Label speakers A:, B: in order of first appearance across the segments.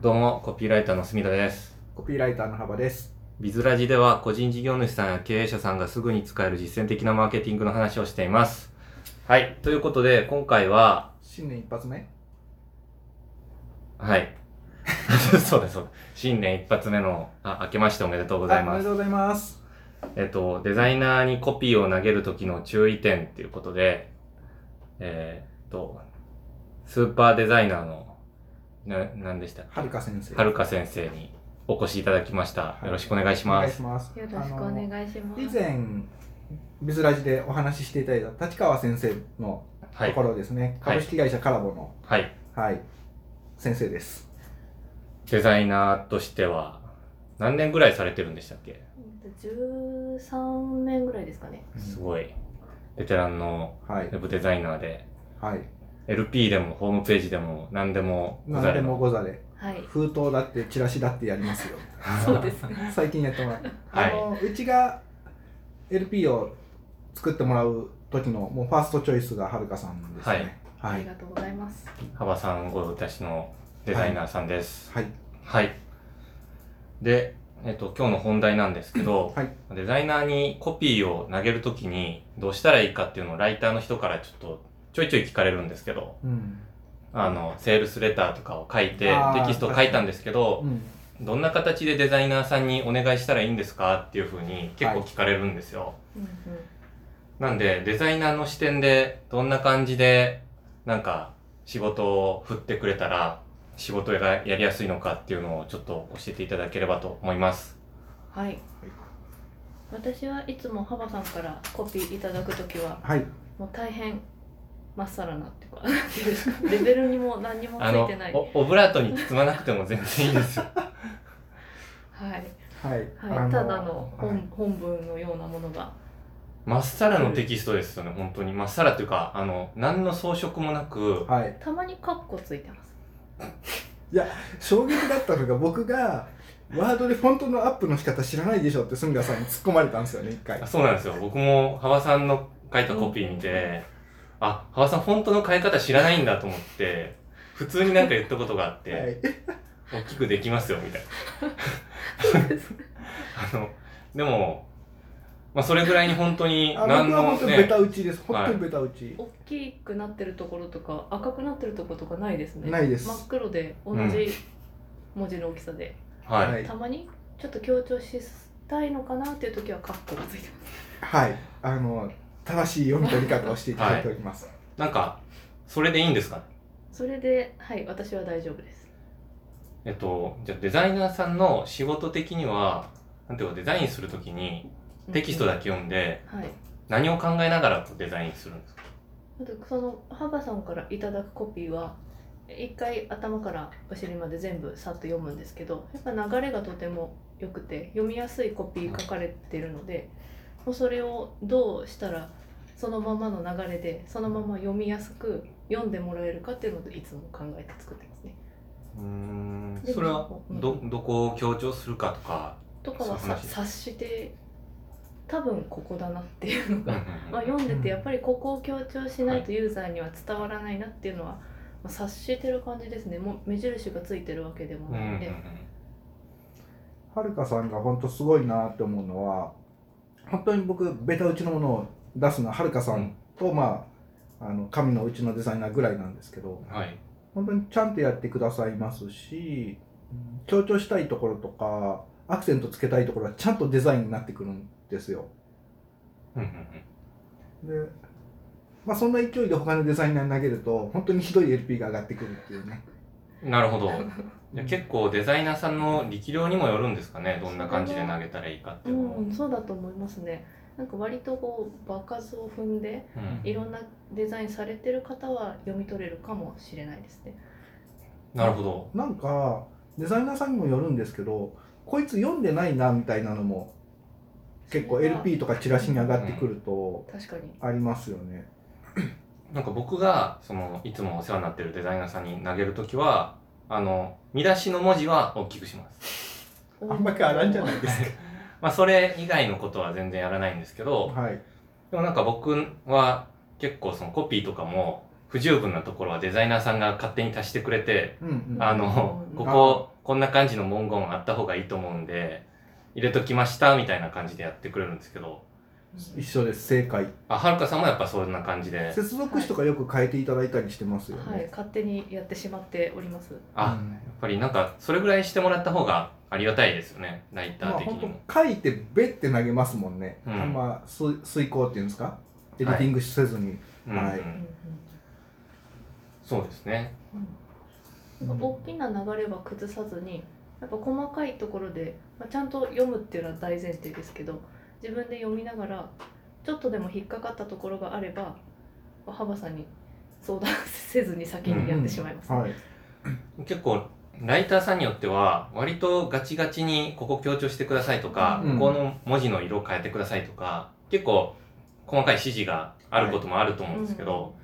A: どうも、コピーライターの隅田です。
B: コピーライターの幅です。
A: ビズラジでは個人事業主さんや経営者さんがすぐに使える実践的なマーケティングの話をしています。はい。ということで、今回は、
B: 新年一発目
A: はい。 そうです、そうです。新年一発目の、あ、明けましておめでとうござい
B: あおめ
A: ま
B: ですと。うございます。
A: えっと、デザイナーにコピーを投げる時の注意点っていうことで、えーっと、スーパーデザイナーの、な、何でしたっけ
B: はるか先生。
A: はるか先生にお越しいただきました。
B: はい
A: よろしくお願いします。
B: お願いします。
C: よろしくお願いし
B: あ
C: ま
B: の
C: す。
B: 以前、ビズラジでお話ししていただいた立川先生の
A: は
B: と
A: い
B: こ。ろですね。
A: はい
B: 株式会社カラボの、
A: はい。
B: はい、先生です。
A: デザイナーとしては、何年ぐらいされてるんでしたっけ
C: 13年ぐらいですかね。
A: すごい。ベテランの
B: は
A: ウ
B: い。
A: ェブデザイナーで、
B: はい。
A: LP でもホームページでも何でもござ
B: 何
A: い
B: で
A: ま
B: もござれ。
C: はい。
B: 封筒だって、チラシだってやりますよ。
C: そうですね。
B: 最近やってもらった
A: は
B: あ
A: い
B: の、うちが LP を作ってもらう時の、もうファーストチョイスがはるかさんですね。
C: あ
B: は
C: り
B: い。
C: がとうございます。
A: 幅さんご私のデザイナーさんです。
B: はい。
A: はい。で、えっと、今日の本題なんですけど、
B: はい
A: デザイナーにコピーを投げるときにどうしたらいいかっていうのをライターの人からちょっとちょいちょい聞かれるんですけど、
B: うん。
A: あの、セールスレターとかを書いて、
B: あー
A: テキストを書いたんですけど
B: う、ん。
A: どんな形でデザイナーさんにお願いしたらいいんですかっていうふうに結構聞かれるんですよ。
C: うんうん
A: なんで、デザイナーの視点でどんな感じで、なんか、仕事を振ってくれたら、仕事がやりやすいのかっていうのをちょっと教えていただければと思います。
C: はい。私はいつも幅さんからコピーいただくときは、
B: はい。
C: もう大変まっさらなっていうか、 なんていうんですかレベルにも何にもつ
A: あ
C: い
A: の
C: てない。は
A: お、オブラートに包まなくても全然いい ですよ。
C: い。
B: はい、
C: はい。ただの
B: は
C: 本,、
B: い
C: 本文のようなものが。
A: まっさらのテキストですよね、本当に。まっさらというか、あの、何の装飾もなく、
B: はい、
C: たまにカッコついてます。
B: 衝撃だったのが僕がワードでフォントのアップの仕方知らないでしょって住田さんに突っ込まれたんですよね一回
A: あそうなんですよ。僕も、ハワさんの書いたコピー見て、あ、ハワさん、フォントの変え方知らないんだと思って、普通になんか言ったことがあって、
B: はい、
A: 大きくできますよ、みた い な。あの、でも、まあ、それぐらいに本当に、
B: あ
A: 何
B: 僕は
A: の
B: 本当にベ
A: ね
B: タ、打ちです、本当に
A: は
B: ベタ打ち、
C: 大きくなってるところとか、赤くなってるところとかないですね。
B: ないです
C: 真っ黒で、同じ文字の大きさで。
A: はい、
B: はい
C: たまにちょっと強調したいのかなっていう時はカッコがついてま
B: はいあの正しい読み取り方をしていただいております、
A: なんか、それでいいんですかね
C: すそれではい私は大丈夫です
A: えっと、じゃあデザイナーさんの仕事的には、なんていうか、デザインするときに、テキストだけ読んで、
C: はい
A: 何を考えながらデザインするんですか
C: あとそのハバさんからいただくコピーは一回頭からお尻まで全部さっと読むんですけどやっぱ流れがとても良くて読みやすいコピー書かれてるのでもうそれをどうしたらそのままの流れでそのまま読みやすく読んでもらえるかっていうのでいつも考えて作ってますね。
A: うーん、
C: で
A: それは
C: うん
A: ど、どこを強調するかとか、
C: とかは
A: そういう
C: さ
A: 話
C: 察して多分ここだなっていうの
A: うんう
C: が、
A: んうん
C: まあ、読んでてやっぱりここを強調しないとユーザーには伝わらないなっていうのは、まあ、察してる感じですねもう目印がついてるわけでも
A: うんう
C: なん
A: う
C: いの
A: ん
C: で、
B: はるかさんが本当すごいなって思うのは本当に僕ベタ打ちのものを出すのははるかさんと、まああの神のうちのデザイナーぐらいなんですけど、
A: うんはい。
B: 本当にちゃんとやってくださいますしうん強調したいところとかアクセントつけたいところはちゃんとデザインになってくるんですよ
A: うんうんうん
B: で、まあ、そんな勢いで他のデザイナーに投げると本当にひどい LP が上がってくるっていうね
A: なるほ ど。じゃあ結構デザイナーさんの力量にもよるんですかね。どんな感じで投げたらいいかっていうのを。
C: うん、そうだと思いますねなんか割とこう場数を踏んで
A: うん
C: いろんなデザインされてる方は読み取れるかもしれないですね
A: なるほど。
B: なんかデザイナーさんにもよるんですけどこいつ読んでないなみたいなのも結構
C: それは
B: LP とかチラシに上がってくると
C: 確かに
B: ありますよね、
A: なんか僕が、その、いつもお世話になってるデザイナーさんに投げるときは、あの、見出しの文字は大きくします。
B: あんまりあらんじゃないです
A: まあ、それ以外のことは全然やらないんですけ
B: か
A: ど、
B: はい
A: でもなんか僕は結構そのコピーとかも不十分なところはデザイナーさんが勝手に足してくれて、
B: うんうん
A: あの
C: う、ん
A: こここんな感じの文言あった方がいいと思うんで、入れときました、みたいな感じでやってくれるんですけど、
B: 一緒です正解
A: あ、はるかさんもやっぱそんな感じで、
B: 接続詞とかよく変えていただいたりしてますよね、
C: はい、勝手にやってしまっております。
A: あ、
B: うん
A: やっぱりなんか、それぐらいしてもらった方がありがたいですよね、ライタ
B: ま
A: ー
B: あ
A: 的にも。
B: 本当書いてべって投げますもんね、
A: うん
B: あんま遂遂行っていうんですかエディティングせずに、
A: うん
B: は
A: うん
B: い
C: うんうん
A: そうですね。
C: うんなんか大きな流れは崩さずにやっぱ細かいところで、まあ、ちゃんと読むっていうのは大前提ですけど自分で読みながらちょっとでも引っかかったところがあれば幅さんに相談せずに先にやってしまいます、ね
B: はい
A: 結構、ライターさんによっては、割とガチガチにここ強調してくださいとか、
B: うん
A: ここの文字の色を変えてくださいとか、結構細かい指示があることもあると思うんですけど、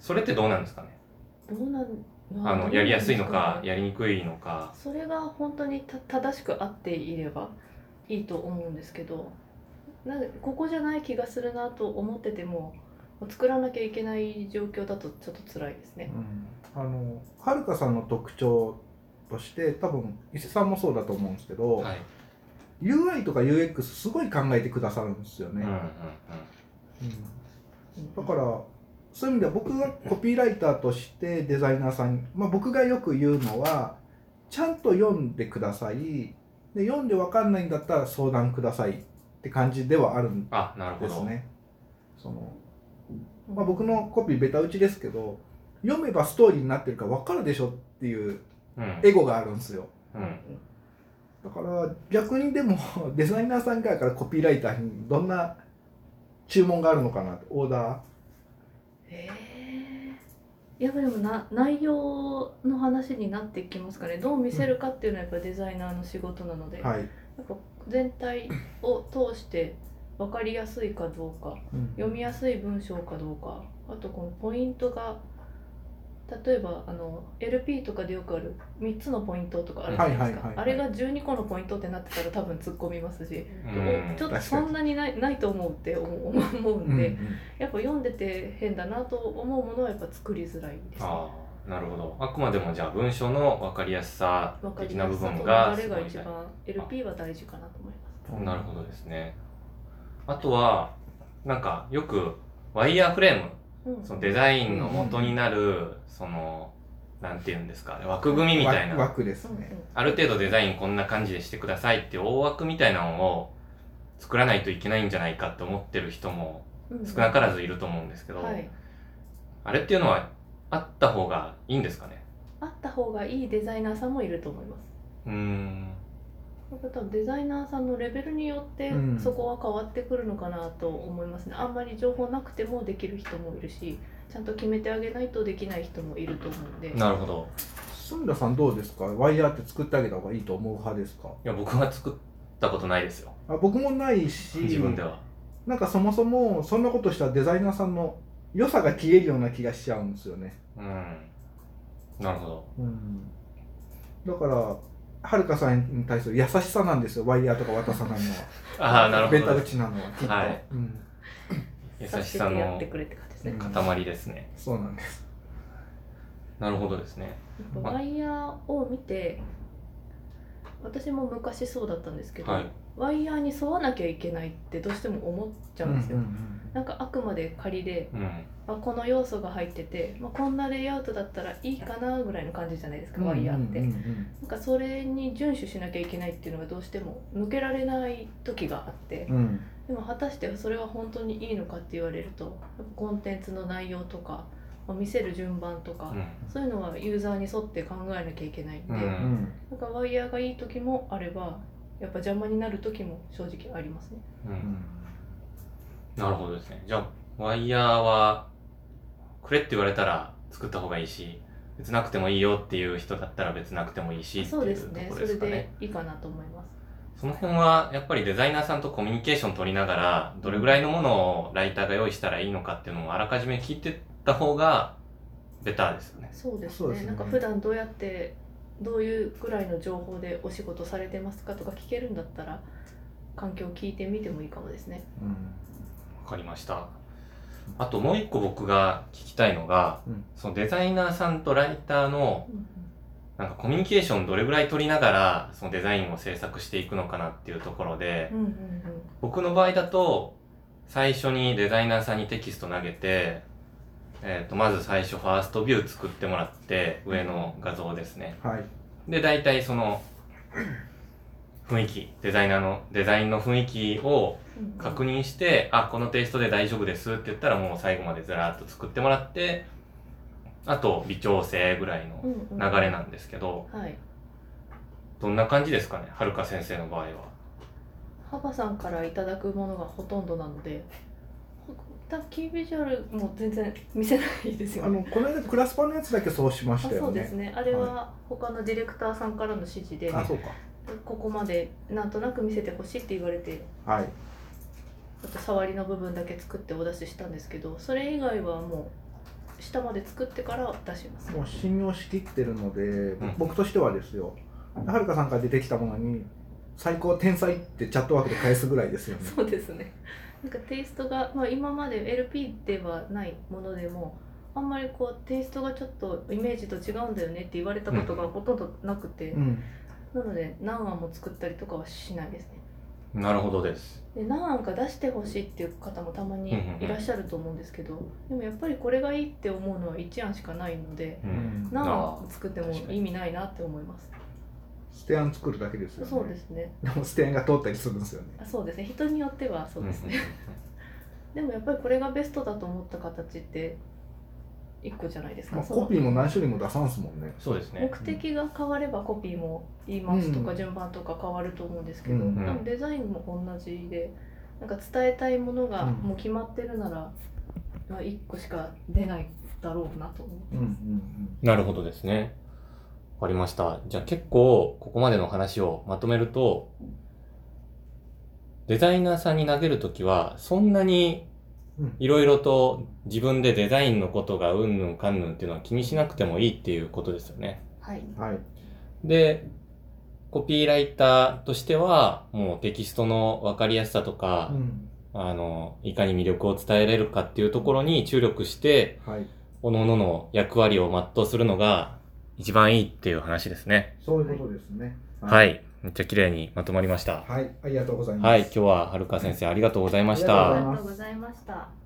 A: それってどうなんですかね
C: うんどうなん
A: あの、やりやすいのか、
C: や
A: やりにくいのか。
C: それが本当にた正しく合っていればいいと思うんですけどなんかここじゃない気がするなと思ってても作らなきゃいけない状況だとちょっと辛いですね。
B: あのはるかさんの特徴として多分伊勢さんもそうだと思うんですけど、
A: はい。
B: UI とか UX すごい考えてくださるんですよ
A: うん
B: ね、
A: うんうん。
B: うんだからそういう意味では僕がコピーライターとしてデザイナーさんに、まあ、僕がよく言うのはちゃんと読んでくださいで読んで分かんないんだったら相談くださいって感じではあるん
A: あ、なるほ
B: です
A: ど。
B: ねその、まあ、僕のコピーベタ打ちですけど読めばストーリーになってるから分かるでしょっていう
A: うん。
B: エゴがあるんですよ
A: うん。
B: だから逆にでも デザイナーさん側からコピーライターにどんな注文があるのかなってオーダー
C: えーやっぱでもな内容の話になってきますかねどう見せるかっていうのはやっぱデザイナーの仕事なので、
B: はい、
C: やっぱ全体を通して分かりやすいかどうか読みやすい文章かどうかあとこのポイントが例えばあの LP とかでよくある3つのポイントとかあるじゃないですか
B: はいはいはいはい
C: あれが12個のポイントってなってたら多分突っ込みますし、
A: うん
C: おちょ
B: 確か
C: っと
B: に
C: そんなにないないと思うって思う思うんで、
B: うん
C: やっぱ読んでて変だなと思うものはやっぱ作りづらいですね。
A: ああ、なるほど。あくまでもじゃあ文章の分かりやすさ
C: わか
A: 的
C: り
A: な
C: や
A: 部
C: すさ
A: 分
C: と
A: が
C: 流
A: す
C: れ
A: ご
C: が
A: い
C: 一
A: 大
C: 番 LP は大事かなと思います。
A: 事。なるほどですね。あとは、なんかよくワイヤーフレーム、
C: うん、
A: そのデザインの元になる、その、なんて言うんですか、枠組みみたいな。
B: 枠です
C: うんうん
B: ね、
A: ある程度デザインこんな感じでしてくださいって大枠みたいなのを作らないといけないんじゃないかって思ってる人も
C: うん
A: 少なからずいると思うんですけど、
C: はい、
A: あれっていうのはあった方がいいんですかね
C: あった方がいいデザイナーさんもいると思います。
A: うーん
C: やっぱ多分デザイナーさんのレベルによって
B: うん
C: そこは変わってくるのかなと思いますね。あんまり情報なくてもできる人もいるし、ちゃんと決めてあげないとできない人もいると思うんで。
A: なるほど
B: 住田さんどうですかワイヤーって作ってあげた方がいいと思う派ですか
A: いや僕は作ったことないですよ
B: あ僕もないし
A: 自分では
B: なんかそもそもそんなことしたらデザイナーさんの良さが消えるような気がしちゃうんですよね、
A: うんなるほど
B: だからはるかさんに対する優しさなんですよワイヤーとか渡さないのは
A: ああなる
B: ベ
A: ほ
B: タ
A: ど
B: 打
A: です
B: ちなのはきっと、
A: はい
B: うん、
A: 優
C: さ
A: し
C: せ
A: さ
C: てやっ
A: の
C: てくれって感じですね。
B: うん
A: 塊ですね
B: そうなんです
A: なるほどですね
C: やっぱワイヤーを見て私も昔そうだったんですけど、
A: はい
C: ワイヤーに沿わなきゃいけないってどうしても思っちゃうんですよ、
B: うんうん
C: なんかあくまで仮で、
A: うん
C: あ、この要素が入ってて、まあ、こんなレイアウトだったらいいかなぐらいの感じじゃないですか、
B: うん
C: ワイヤーって、
B: うんうんうん
C: なんかそれに遵守しなきゃいけないっていうのがどうしても抜けられない時があって
B: うん
C: でも果たしてそれは本当にいいのかって言われるとやっぱコンテンツの内容とかまあ見せる順番と
A: う
C: か、
A: ん
C: そういうのはユーザーに沿って考えなきゃいけないんで、
A: うん
B: うん
C: なんかワイヤーがいい時もあればやっぱ邪魔になる時も正直ありますね。
A: う
B: うんん
A: なるほどですね。じゃあ、ワイヤーは、くれって言われたら作った方がいいし、別なくてもいいよっていう人だったら別なくてもいいしっていうと
C: そ
A: こ
C: う
A: ろで
C: ですす
A: かね
C: ね。。それでいいかなと思います。
A: その辺は、やっぱりデザイナーさんとコミュニケーション取りながら、どれぐらいのものをライターが用意したらいいのかっていうのをあらかじめ聞いてった方が、ベターですよね。
C: そうです
B: そう
C: ね。
B: ですね
C: なんか普段どうやってどういうぐらいの情報でお仕事されてますかとか聞けるんだったら環境を聞いてみてもいいかもですね。
B: うん
A: わかりました。あともう一個僕が聞きたいのが、
B: うん
A: そのデザイナーさんとライターの
C: うん
A: なんかコミュニケーションどれぐらい取りながらそのデザインを制作していくのかなっていうところで、
C: うんうん
A: 僕の場合だと最初にデザイナーさんにテキスト投げて、えー、とまず最初ファーストビュー作ってもらって上の画像ですね
B: はい。
A: で大体その雰囲気デザイナーのデザインの雰囲気を
C: うんうん
A: 確認して、あこのテイストで大丈夫ですって言ったらもう最後までずらっと作ってもらってあと微調整ぐらいの
C: うんうん
A: 流れなんですけど、
C: はい
A: どんな感じですかねはるか先生の場合は。
C: ハバさんからいただくものがほとんどなのでほ多分キービジュアルも全然見せないですよ
B: あ
C: ね
B: のこの間クラスパのやつだけそうしました
C: あそ
B: よ
C: うです
B: ね。
C: ねあれは他のディレクターさんからの指示で、
B: あ、そう
C: ここまでなんとなく見せてほしいって言われて
B: か。はい。
C: ちょっと触りの部分だけ作ってお出ししたんですけどそれ以外はもう下まで作ってから出します
B: もう信用しきってるので、
A: ん
B: 僕としてはですよはるかさんから出てきたものに「最高天才」ってチャットワークで返すぐらいですよね
C: そうですねなんかテイストが、まあ、今まで LP ではないものでもあんまりこうテイストがちょっとイメージと違うんだよねって言われたことがほとんどなくて、
B: うん
C: なので何案も作ったりとかはしないですね
A: なるほどです。
C: で何案か出してほしいっていう方もたまにいらっしゃると思うんですけどでもやっぱりこれがいいって思うのは1案しかないので
A: う
B: うんん
C: 何
A: あ
C: 案作っても意味ないなって思います
B: ステアン作るだけですよね
C: そうですね
B: でもステアンが通ったりするんですよね
C: あそうですね人によってはそうですね、でもやっぱりこれがベストだと思った形って1個じゃないですか、
B: まあ
C: その
B: コピーも何種類も出さんすもんね
A: そうですね
C: 目。的が変わればコピーも言い回しとか
B: うん
C: 順番とか変わると思うんですけど、
B: うん
C: でもデザインも同じでなんか伝えたいものが
B: うん
C: もう決まってるなら、まあ、1個しか出ないだろうなと思
B: うんうんうん
A: なるほどですね。わかりました。じゃあ結構ここまでの話をまとめると、デザイナーさんに投げるときは、そんなに
B: うん
A: いろいろと自分でデザインのことがうんぬんかんぬんっていうのは気にしなくてもいいっていうことですよね。
C: はい、
B: はい
A: で、コピーライターとしては、もうテキストのわかりやすさとか、
B: うん
A: あの、いかに魅力を伝えれるかっていうところに注力して、
B: はい
A: 各々の役割を全うするのが一番いいっていう話ですね。
B: そういうことですね
A: はいい。めっちゃ綺麗にまとまりました。
B: はいありがとうございます
A: はい。今日ははるか先生ありがとうございまし。
B: ありがとうございましたた
C: ざいました